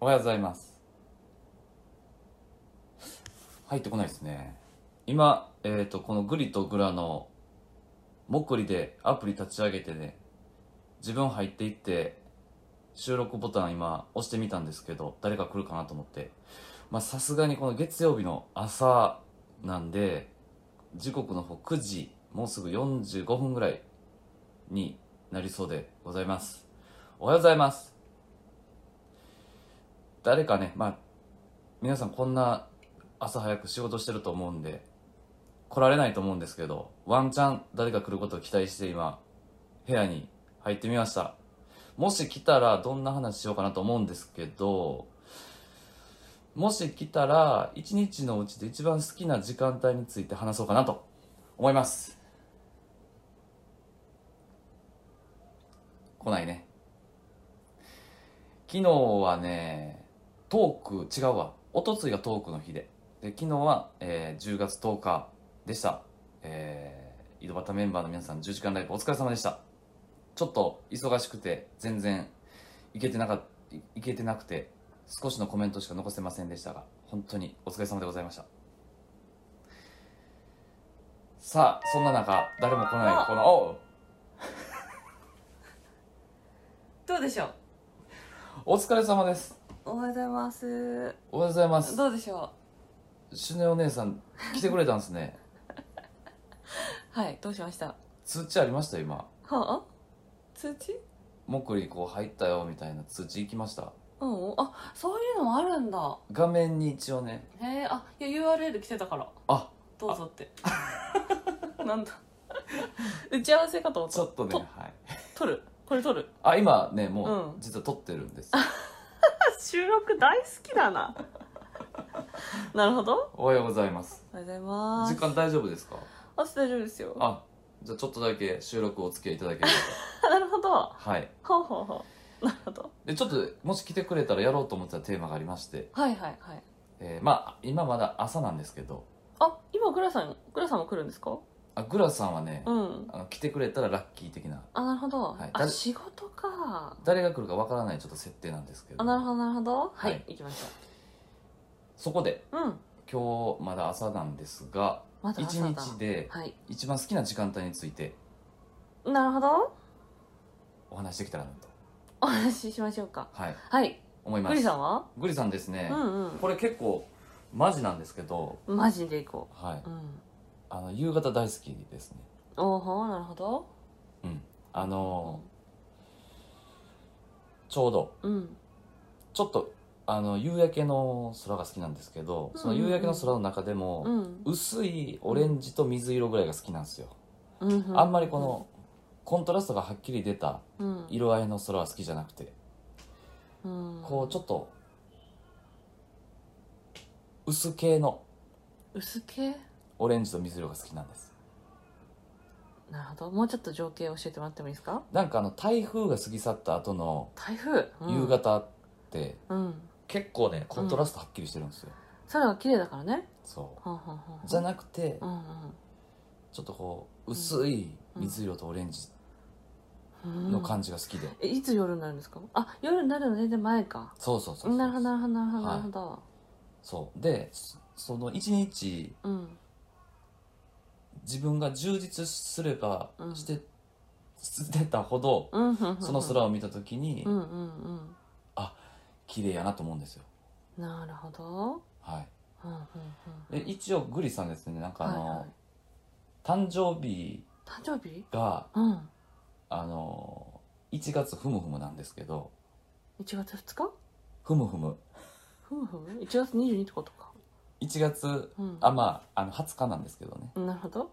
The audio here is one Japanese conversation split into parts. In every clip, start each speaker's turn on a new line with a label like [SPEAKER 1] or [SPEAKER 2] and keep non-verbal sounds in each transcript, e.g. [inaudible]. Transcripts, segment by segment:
[SPEAKER 1] おはようございます入ってこないですね今えっ、とこのグリとグラのもっこりでアプリ立ち上げてね自分入っていって収録ボタン今押してみたんですけど誰か来るかなと思ってまあさすがにこの月曜日の朝なんで時刻の方9時もうすぐ45分ぐらいになりそうでございますおはようございます誰かねまあ皆さんこんな朝早く仕事してると思うんで来られないと思うんですけどワンチャン誰か来ることを期待して今部屋に入ってみましたもし来たらどんな話しようかなと思うんですけどもし来たら一日のうちで一番好きな時間帯について話そうかなと思います来ないね昨日はねトーク違うわおとついがトークの日でで昨日は、えー10月10日でした、えー井戸端メンバーの皆さん10時間ライブお疲れ様でしたちょっと忙しくて全然いけてなかいいけてなくて少しのコメントしか残せませんでしたが本当にお疲れ様でございましたさあそんな中誰も来ないこのおう
[SPEAKER 2] どうでしょう
[SPEAKER 1] お疲れ様です
[SPEAKER 2] おはようございます
[SPEAKER 1] おはようございます
[SPEAKER 2] どうでしょ
[SPEAKER 1] シュネお姉さん来てくれたんですね
[SPEAKER 2] うはいどうしました
[SPEAKER 1] 通知ありました今
[SPEAKER 2] はあ通知
[SPEAKER 1] もっくりこう入ったよみたいな通知行きました
[SPEAKER 2] うんあそういうのもあるんだ
[SPEAKER 1] 画面に一応ね
[SPEAKER 2] へえあいや URL 来てたから
[SPEAKER 1] あ
[SPEAKER 2] どうぞって [laughs] なんだ打ち合わせかと思っ
[SPEAKER 1] ちょ
[SPEAKER 2] た
[SPEAKER 1] っとね
[SPEAKER 2] と
[SPEAKER 1] はい
[SPEAKER 2] 撮るこれ撮る
[SPEAKER 1] あ今ねもう、
[SPEAKER 2] うん
[SPEAKER 1] 実は撮ってるんです
[SPEAKER 2] あ収録大好きだ [laughs] ななるほど
[SPEAKER 1] おはようございます
[SPEAKER 2] おはようございま
[SPEAKER 1] 時
[SPEAKER 2] す
[SPEAKER 1] 間大丈夫ですか
[SPEAKER 2] あ大丈夫ですよ
[SPEAKER 1] あじゃあちょっとだけ収録お付き合いいただければ
[SPEAKER 2] なるほ [laughs] ど
[SPEAKER 1] はい
[SPEAKER 2] ほうほうほうなるほど
[SPEAKER 1] でちょっともし来てくれたらやろうと思ってたテーマがありまして、
[SPEAKER 2] はいはいはい
[SPEAKER 1] えーまあ今まだ朝なんですけど
[SPEAKER 2] あ今グラさんグラさんも来るんですか
[SPEAKER 1] あグラさんはね、
[SPEAKER 2] うん
[SPEAKER 1] あの来てくれたらラッキー的な
[SPEAKER 2] あなるほど、
[SPEAKER 1] はい
[SPEAKER 2] あ
[SPEAKER 1] 誰
[SPEAKER 2] 仕事か
[SPEAKER 1] 誰が来るかわからないちょっと設定なんですけど
[SPEAKER 2] あなるほどなるほどは
[SPEAKER 1] は
[SPEAKER 2] い、
[SPEAKER 1] い
[SPEAKER 2] 行きまし
[SPEAKER 1] そこで
[SPEAKER 2] ょううん
[SPEAKER 1] 今日まだ朝なんですが
[SPEAKER 2] まだ
[SPEAKER 1] 一
[SPEAKER 2] 朝だ
[SPEAKER 1] 日で
[SPEAKER 2] はい
[SPEAKER 1] 一番好きな時間帯について
[SPEAKER 2] なるほど
[SPEAKER 1] お話しできたらなと、
[SPEAKER 2] お話ししましょうか
[SPEAKER 1] はい、
[SPEAKER 2] はい
[SPEAKER 1] 思います
[SPEAKER 2] グリさんは、
[SPEAKER 1] グリさんですね、
[SPEAKER 2] うん
[SPEAKER 1] これ結構マジなんですけど、
[SPEAKER 2] うんマジで行こ、
[SPEAKER 1] はいう
[SPEAKER 2] うん
[SPEAKER 1] あの夕方大好きですね
[SPEAKER 2] おおほなるほど
[SPEAKER 1] うんあのーちょうど
[SPEAKER 2] うん
[SPEAKER 1] ちょっとあの夕焼けの空が好きなんですけどその夕焼けの空の中で
[SPEAKER 2] う
[SPEAKER 1] も、
[SPEAKER 2] ん
[SPEAKER 1] 薄いオレンジと水色ぐらいが好きなんですよ、
[SPEAKER 2] うん
[SPEAKER 1] あんまりこのコントラストがはっきり出た
[SPEAKER 2] うん
[SPEAKER 1] 色合いの空は好きじゃなくて
[SPEAKER 2] うん
[SPEAKER 1] こうちょっと薄系の
[SPEAKER 2] 薄系
[SPEAKER 1] オレンジと水色が好きなんです
[SPEAKER 2] なるほどもうちょっと情景教えてもらってもいいですか
[SPEAKER 1] なんかあの台風が過ぎ去った後の
[SPEAKER 2] 台風、うん
[SPEAKER 1] 夕方って
[SPEAKER 2] うん
[SPEAKER 1] 結構ねコントラストはっきりしてるんですよ、
[SPEAKER 2] 空が綺麗だからね
[SPEAKER 1] そ
[SPEAKER 2] ほんほんほんほ
[SPEAKER 1] うんじゃなくて
[SPEAKER 2] うんうん
[SPEAKER 1] ちょっとこう薄い水色とオレンジ
[SPEAKER 2] うん
[SPEAKER 1] の感じが好きで、
[SPEAKER 2] えいつ夜になるんですかあ夜になるの全然前か
[SPEAKER 1] そうそうそうそう
[SPEAKER 2] なるほどなるほどなるほど
[SPEAKER 1] は
[SPEAKER 2] ないるほど、
[SPEAKER 1] そうでそその一日
[SPEAKER 2] うん
[SPEAKER 1] 自分が充実すれば
[SPEAKER 2] うん
[SPEAKER 1] して、してたほど
[SPEAKER 2] うんうんうんうん
[SPEAKER 1] その空を見た時に
[SPEAKER 2] うんうんうん
[SPEAKER 1] 綺麗やなと思うんですよ
[SPEAKER 2] なるほど
[SPEAKER 1] はい
[SPEAKER 2] うんうんうん
[SPEAKER 1] で一応グリさんですねなんかあの、
[SPEAKER 2] はいはい
[SPEAKER 1] 誕生日
[SPEAKER 2] 誕生日
[SPEAKER 1] が
[SPEAKER 2] うん
[SPEAKER 1] あの1月ふむふむなんですけど
[SPEAKER 2] 1月2日
[SPEAKER 1] ふむふむ
[SPEAKER 2] ふむふむ1月22ってことか
[SPEAKER 1] 1月
[SPEAKER 2] うん
[SPEAKER 1] あまああの20日なんですけどね
[SPEAKER 2] なるほど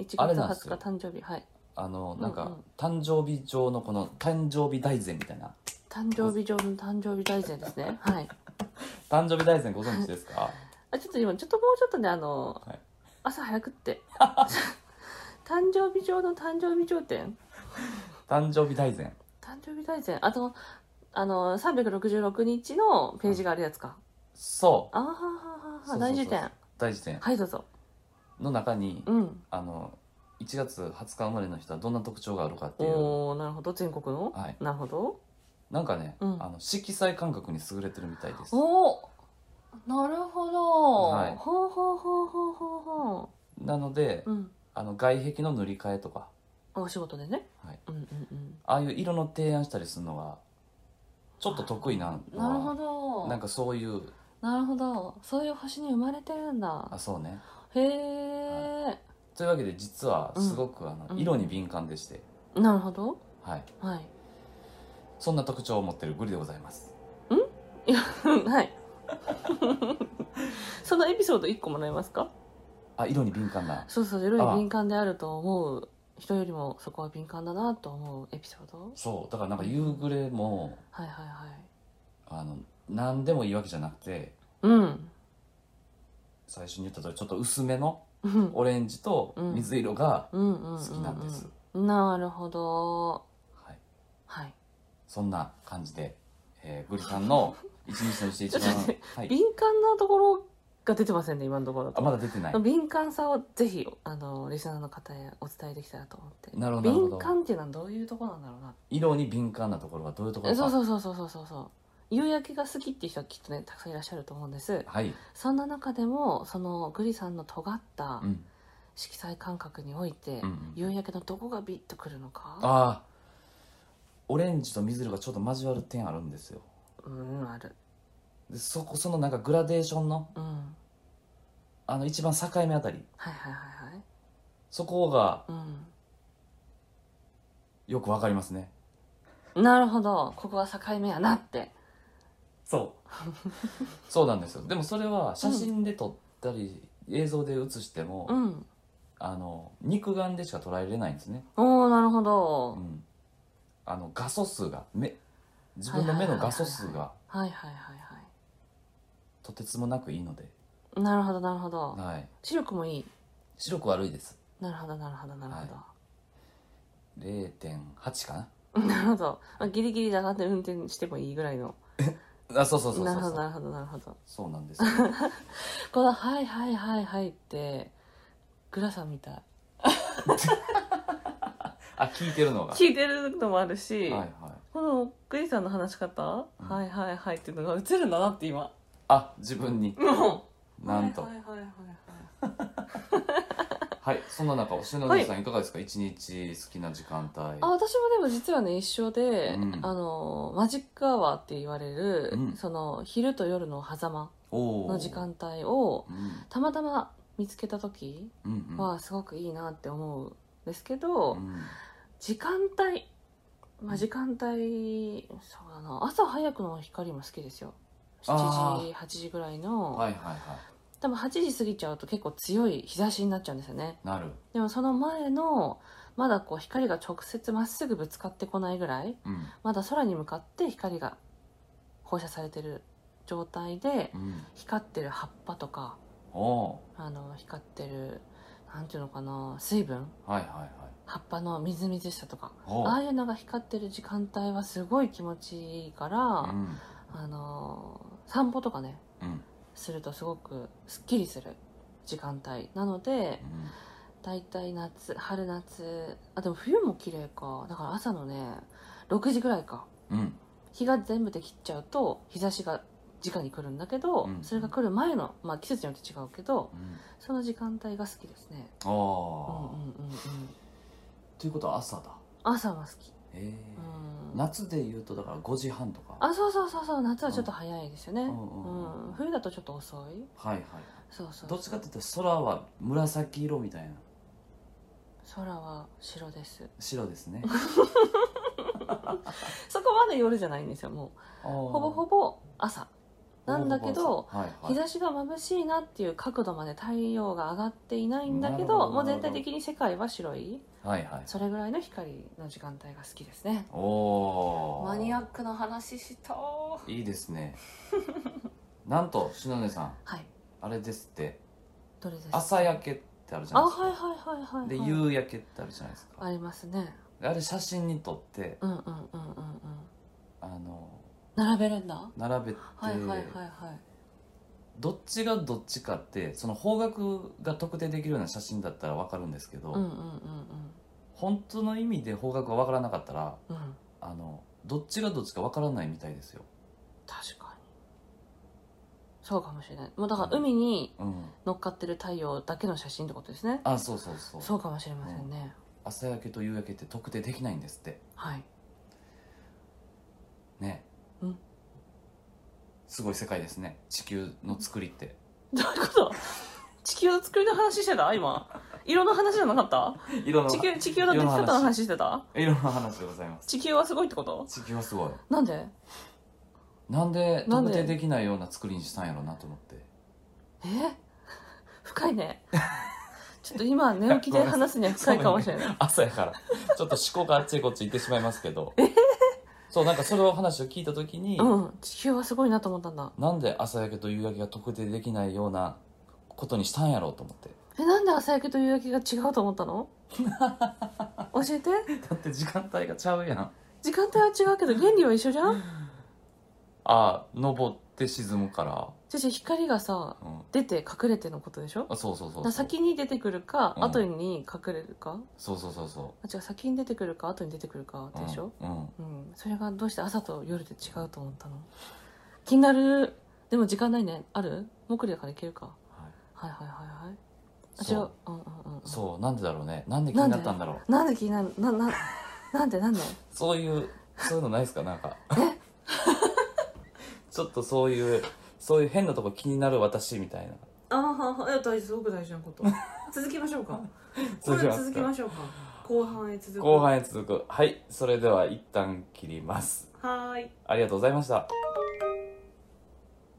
[SPEAKER 2] 1月
[SPEAKER 1] あれなんです
[SPEAKER 2] 20
[SPEAKER 1] よ
[SPEAKER 2] 日誕生日はい
[SPEAKER 1] あのなん
[SPEAKER 2] う
[SPEAKER 1] か
[SPEAKER 2] んうん
[SPEAKER 1] 誕生日上のこの誕生日大膳みたいな
[SPEAKER 2] 誕生日上の誕生日大膳ですねはい
[SPEAKER 1] 誕生日大膳ご存知ですか
[SPEAKER 2] あちょっと今ちょっともうちょっとねあの、
[SPEAKER 1] はい
[SPEAKER 2] 朝早くって [laughs] 誕生日上の誕生日上店
[SPEAKER 1] 誕生日大膳
[SPEAKER 2] 誕生日大全あとあの366日のページがあるやつか、
[SPEAKER 1] そう
[SPEAKER 2] あーはーはーはーは
[SPEAKER 1] そうそうそう
[SPEAKER 2] ー大辞典
[SPEAKER 1] 大事典
[SPEAKER 2] はいどうぞ
[SPEAKER 1] の中に
[SPEAKER 2] うん
[SPEAKER 1] あの1月20日生まれの人はどんな特徴があるかっていう
[SPEAKER 2] おおなるほど全国の
[SPEAKER 1] はい
[SPEAKER 2] なるほど
[SPEAKER 1] なんかね、
[SPEAKER 2] うん
[SPEAKER 1] あの色彩感覚に優れてるみたいです
[SPEAKER 2] おなるほど、
[SPEAKER 1] はい
[SPEAKER 2] ほうほうほうほうほうほ
[SPEAKER 1] なので、
[SPEAKER 2] ううん
[SPEAKER 1] あの外壁の塗り替えとか
[SPEAKER 2] お仕事でね、
[SPEAKER 1] はい
[SPEAKER 2] うんうん
[SPEAKER 1] ああいう色の提案したりするのがちょっと得意な
[SPEAKER 2] うんなる
[SPEAKER 1] の
[SPEAKER 2] ほ
[SPEAKER 1] は
[SPEAKER 2] ど
[SPEAKER 1] なんかそういう
[SPEAKER 2] なるほどそういう星に生まれてるんだ
[SPEAKER 1] あそうね
[SPEAKER 2] へえ、
[SPEAKER 1] というわけで実はすごくあの、
[SPEAKER 2] うん
[SPEAKER 1] 色に敏感でして、
[SPEAKER 2] なるほど
[SPEAKER 1] はい、
[SPEAKER 2] はい [laughs]
[SPEAKER 1] そんな特徴を持ってるグリでございます
[SPEAKER 2] うんはい [laughs] そのエピソード1個もらえますか
[SPEAKER 1] あ色に敏感な
[SPEAKER 2] そうそう色
[SPEAKER 1] あ
[SPEAKER 2] に敏感であると思う人よりもそこは敏感だなと思うエピソード
[SPEAKER 1] そうだからなんか夕暮れも
[SPEAKER 2] はいはいはい
[SPEAKER 1] あの何でもいいわけじゃなくて
[SPEAKER 2] うん [laughs]
[SPEAKER 1] 最初に言った通りちょっと薄めの
[SPEAKER 2] うん
[SPEAKER 1] オレンジと水色が、
[SPEAKER 2] うんうんうん
[SPEAKER 1] 好きなんです
[SPEAKER 2] なるほど
[SPEAKER 1] はい、
[SPEAKER 2] はい
[SPEAKER 1] そんな感じで、えーグリさんの一日のうちで一
[SPEAKER 2] ち [laughs] ょっと
[SPEAKER 1] 番
[SPEAKER 2] 待っ、
[SPEAKER 1] はい、
[SPEAKER 2] 敏感なところが出てませんね今のところ
[SPEAKER 1] あまだ出てない
[SPEAKER 2] 敏感さをぜひあのリスナーの方へお伝えできたらと思って
[SPEAKER 1] なるほどなるほど
[SPEAKER 2] 敏感っていうのはどういうところなんだろうな
[SPEAKER 1] 色に敏感なところはどういうところ
[SPEAKER 2] え
[SPEAKER 1] か
[SPEAKER 2] そうそうそうそうそうそうそう夕焼けが好きっていう人はきっとねたくさんいらっしゃると思うんです
[SPEAKER 1] はい、
[SPEAKER 2] そんな中でもそのグリさんの尖った
[SPEAKER 1] うん
[SPEAKER 2] 色彩感覚において、
[SPEAKER 1] うんうん
[SPEAKER 2] 夕焼けのどこがビッとくるのか
[SPEAKER 1] ああオレンジと水色がちょっと交わる点あるんですよ
[SPEAKER 2] うんある
[SPEAKER 1] でそこそのなんかグラデーションの
[SPEAKER 2] うんはい
[SPEAKER 1] あの一番境目あたり
[SPEAKER 2] はいはいはい
[SPEAKER 1] そこが
[SPEAKER 2] う
[SPEAKER 1] よくわかりますね
[SPEAKER 2] んなるほどここは境目やなって
[SPEAKER 1] そう
[SPEAKER 2] [laughs]
[SPEAKER 1] そうなんですよでもそれは写真で撮ったり、映像で写しても、
[SPEAKER 2] うん
[SPEAKER 1] あの肉眼でしか捉えれないんですね、
[SPEAKER 2] おおなるほ
[SPEAKER 1] う
[SPEAKER 2] ど、
[SPEAKER 1] ん、あの画素数が目自分の目の画素数が
[SPEAKER 2] はいはいはいは
[SPEAKER 1] とてつもなくいいので、
[SPEAKER 2] いなるほどなるほど
[SPEAKER 1] はい、
[SPEAKER 2] 視力もいい
[SPEAKER 1] 白く悪いです
[SPEAKER 2] なるほどなるほどなるほど、
[SPEAKER 1] 0.8か
[SPEAKER 2] なるほど、まあ、ギリギリで上がって運転してもいいぐらいの
[SPEAKER 1] なあそうそうそう
[SPEAKER 2] な
[SPEAKER 1] そ
[SPEAKER 2] る
[SPEAKER 1] う
[SPEAKER 2] ほ
[SPEAKER 1] そ
[SPEAKER 2] どな
[SPEAKER 1] う
[SPEAKER 2] るほどなるほど
[SPEAKER 1] そうなんですよ
[SPEAKER 2] この「はいはいはいはい」ってグラさんみたい
[SPEAKER 1] あ聞いてる
[SPEAKER 2] [laughs]
[SPEAKER 1] のが
[SPEAKER 2] 聞いてるのもあるし、
[SPEAKER 1] はいはい
[SPEAKER 2] このグリさんの話し方、
[SPEAKER 1] うん
[SPEAKER 2] はいはいはいっていうのが映るんだなって今
[SPEAKER 1] あ自分に
[SPEAKER 2] も
[SPEAKER 1] [laughs] なんと
[SPEAKER 2] はいはいはいはい
[SPEAKER 1] はいそんな中おしのりさんいかがですか一日好きな時間帯
[SPEAKER 2] あ私もでも実はね一緒で、
[SPEAKER 1] うん
[SPEAKER 2] あのマジックアワーって言われる、
[SPEAKER 1] うん
[SPEAKER 2] その昼と夜の狭間
[SPEAKER 1] おー
[SPEAKER 2] の時間帯を
[SPEAKER 1] うん
[SPEAKER 2] たまたま見つけた時
[SPEAKER 1] うんうん
[SPEAKER 2] はすごくいいなって思うんですけど、
[SPEAKER 1] うん
[SPEAKER 2] 時間帯まあ時間帯そうだな朝早くの光も好きですよ
[SPEAKER 1] あ
[SPEAKER 2] 7
[SPEAKER 1] ー
[SPEAKER 2] 時8時ぐらいの、
[SPEAKER 1] はいはいはい
[SPEAKER 2] 多分8時過ぎちゃうと結構強い日差しになっちゃうんですよね
[SPEAKER 1] なる
[SPEAKER 2] でもその前のまだこう光が直接まっすぐぶつかってこないぐらい
[SPEAKER 1] うん
[SPEAKER 2] まだ空に向かって光が放射されてる状態で
[SPEAKER 1] うん
[SPEAKER 2] 光ってる葉っぱとか
[SPEAKER 1] おー
[SPEAKER 2] あの光ってるなんていうのかな水分
[SPEAKER 1] はいはいはい
[SPEAKER 2] 葉っぱのみずみずしさとか
[SPEAKER 1] おー
[SPEAKER 2] ああいうのが光ってる時間帯はすごい気持ちいいから、
[SPEAKER 1] うん
[SPEAKER 2] あのー散歩とかね
[SPEAKER 1] うん
[SPEAKER 2] するとすごくすっきりする時間帯なので
[SPEAKER 1] うん
[SPEAKER 2] だいたい夏春夏あでも冬も綺麗かだから朝のね6時ぐらいか
[SPEAKER 1] うん
[SPEAKER 2] 日が全部できっちゃうと日差しが直に来るんだけど、
[SPEAKER 1] うん
[SPEAKER 2] それが来る前の、まあ、季節によって違うけど
[SPEAKER 1] うん
[SPEAKER 2] その時間帯が好きですね
[SPEAKER 1] あ
[SPEAKER 2] うんうんうんう
[SPEAKER 1] ー
[SPEAKER 2] ん
[SPEAKER 1] ということは朝だ
[SPEAKER 2] 朝は好き
[SPEAKER 1] え
[SPEAKER 2] う
[SPEAKER 1] ー
[SPEAKER 2] ん
[SPEAKER 1] 夏で言うとだから5時半とか
[SPEAKER 2] あそうそうそうそう夏はちょっと早いですよね、
[SPEAKER 1] う
[SPEAKER 2] うん
[SPEAKER 1] うんうん
[SPEAKER 2] ん冬だとちょっと遅い
[SPEAKER 1] はいはい
[SPEAKER 2] そうそう
[SPEAKER 1] どっちかって言ったら空は紫色みたいな
[SPEAKER 2] 空は白です
[SPEAKER 1] 白です
[SPEAKER 2] [laughs]
[SPEAKER 1] ね
[SPEAKER 2] そこまで夜じゃないんですよもうほ
[SPEAKER 1] ほ
[SPEAKER 2] ぼほぼ朝なんだけど
[SPEAKER 1] はいはい
[SPEAKER 2] 日差しが眩しいなっていう角度まで太陽が上がっていないんだけ
[SPEAKER 1] なるほ
[SPEAKER 2] ど
[SPEAKER 1] ど
[SPEAKER 2] もう全体的に世界は白い
[SPEAKER 1] はいはい
[SPEAKER 2] それぐらいの光の時間帯が好きですね
[SPEAKER 1] おお
[SPEAKER 2] マニアックな話したはい
[SPEAKER 1] いですね [laughs] なんと篠根さん
[SPEAKER 2] い
[SPEAKER 1] あれですって
[SPEAKER 2] どれですか
[SPEAKER 1] 朝焼けってあるじゃ
[SPEAKER 2] あ
[SPEAKER 1] な
[SPEAKER 2] はいい
[SPEAKER 1] ですか
[SPEAKER 2] はいはいはいはい
[SPEAKER 1] で夕焼けってあるじゃないですか
[SPEAKER 2] ありますね
[SPEAKER 1] あれ写真に撮って
[SPEAKER 2] うんうんうんうんうん
[SPEAKER 1] あの
[SPEAKER 2] 並べるんだは
[SPEAKER 1] 並べて、
[SPEAKER 2] いはいはいはい
[SPEAKER 1] どっちがどっちかってその方角が特定できるような写真だったら分かるんですけど、
[SPEAKER 2] うんうんうん
[SPEAKER 1] 本当の意味で方角が分からなかったら
[SPEAKER 2] うんうん
[SPEAKER 1] あのどっちがどっちかわからないみたいですよ
[SPEAKER 2] 確かにそうかもしれないもうだから海に
[SPEAKER 1] うん
[SPEAKER 2] 乗っかってる太陽だけの写真ってことですね
[SPEAKER 1] あそうそうそう
[SPEAKER 2] そうかもしれませんね、
[SPEAKER 1] 朝焼けと夕焼けって特定できないんですって
[SPEAKER 2] はい
[SPEAKER 1] ね
[SPEAKER 2] うん
[SPEAKER 1] すごい世界ですね地球の作りって
[SPEAKER 2] どういうこと地球の作りの話してた今色の話じゃなかった
[SPEAKER 1] [laughs] 色の
[SPEAKER 2] 地球地球の出来方の話してた
[SPEAKER 1] 色の話でございます
[SPEAKER 2] 地球はすごいってこと
[SPEAKER 1] 地球はすごい
[SPEAKER 2] なんで
[SPEAKER 1] なんで
[SPEAKER 2] なん
[SPEAKER 1] 特
[SPEAKER 2] で
[SPEAKER 1] 定できないような作りにしたんやろうなと思って
[SPEAKER 2] え深い [laughs] ねちょっと今寝起きで話すには深いかもしれない
[SPEAKER 1] [laughs] 朝やからちょっと思考があっちこっち行ってしまいますけどそうなんかそれを話を聞いた時に、
[SPEAKER 2] うん地球はすごいなと思ったんだ
[SPEAKER 1] なんで朝焼けと夕焼けが特定できないようなことにしたんやろうと思って
[SPEAKER 2] えなんで朝焼けと夕焼けが違うと思った [laughs] の教えて
[SPEAKER 1] だって時間帯がちゃうやんあ
[SPEAKER 2] 時間帯は違うけど原理は一緒じゃん
[SPEAKER 1] あ登って沈むから、
[SPEAKER 2] じゃあ光がさ
[SPEAKER 1] うん、
[SPEAKER 2] 出て隠れてのことでしょ
[SPEAKER 1] あそうそうそ
[SPEAKER 2] だ
[SPEAKER 1] う
[SPEAKER 2] か
[SPEAKER 1] そう
[SPEAKER 2] ら先に出てくるか、
[SPEAKER 1] うん
[SPEAKER 2] 後に隠れるか
[SPEAKER 1] そうそうそうそ
[SPEAKER 2] あ違う先に出てくるか後に出てくるか
[SPEAKER 1] う
[SPEAKER 2] でしょ、
[SPEAKER 1] うん、うん
[SPEAKER 2] うんそれがどうして朝と夜で違うと思ったの気になるでも時間ないねあるもくりだからいけるか
[SPEAKER 1] はい
[SPEAKER 2] はいはいはいはいあ違
[SPEAKER 1] そうう
[SPEAKER 2] うんうんうん
[SPEAKER 1] そうなんでだろうねなんで気になったんだろう
[SPEAKER 2] なんで気になるなななんでなんで
[SPEAKER 1] そういうそういうのないですかなん
[SPEAKER 2] [laughs]
[SPEAKER 1] か [laughs] ちょっとそういうそういう変なとこ気になる私みたいな
[SPEAKER 2] ああいやすごく大事なこと [laughs] 続きましょうか
[SPEAKER 1] これ続きま
[SPEAKER 2] しょうか後半へ続
[SPEAKER 1] 後半へ続くはいそれでは一旦切ります
[SPEAKER 2] はーい
[SPEAKER 1] ありがとうございました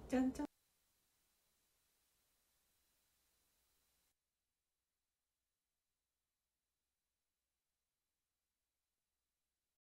[SPEAKER 2] じゃんじゃん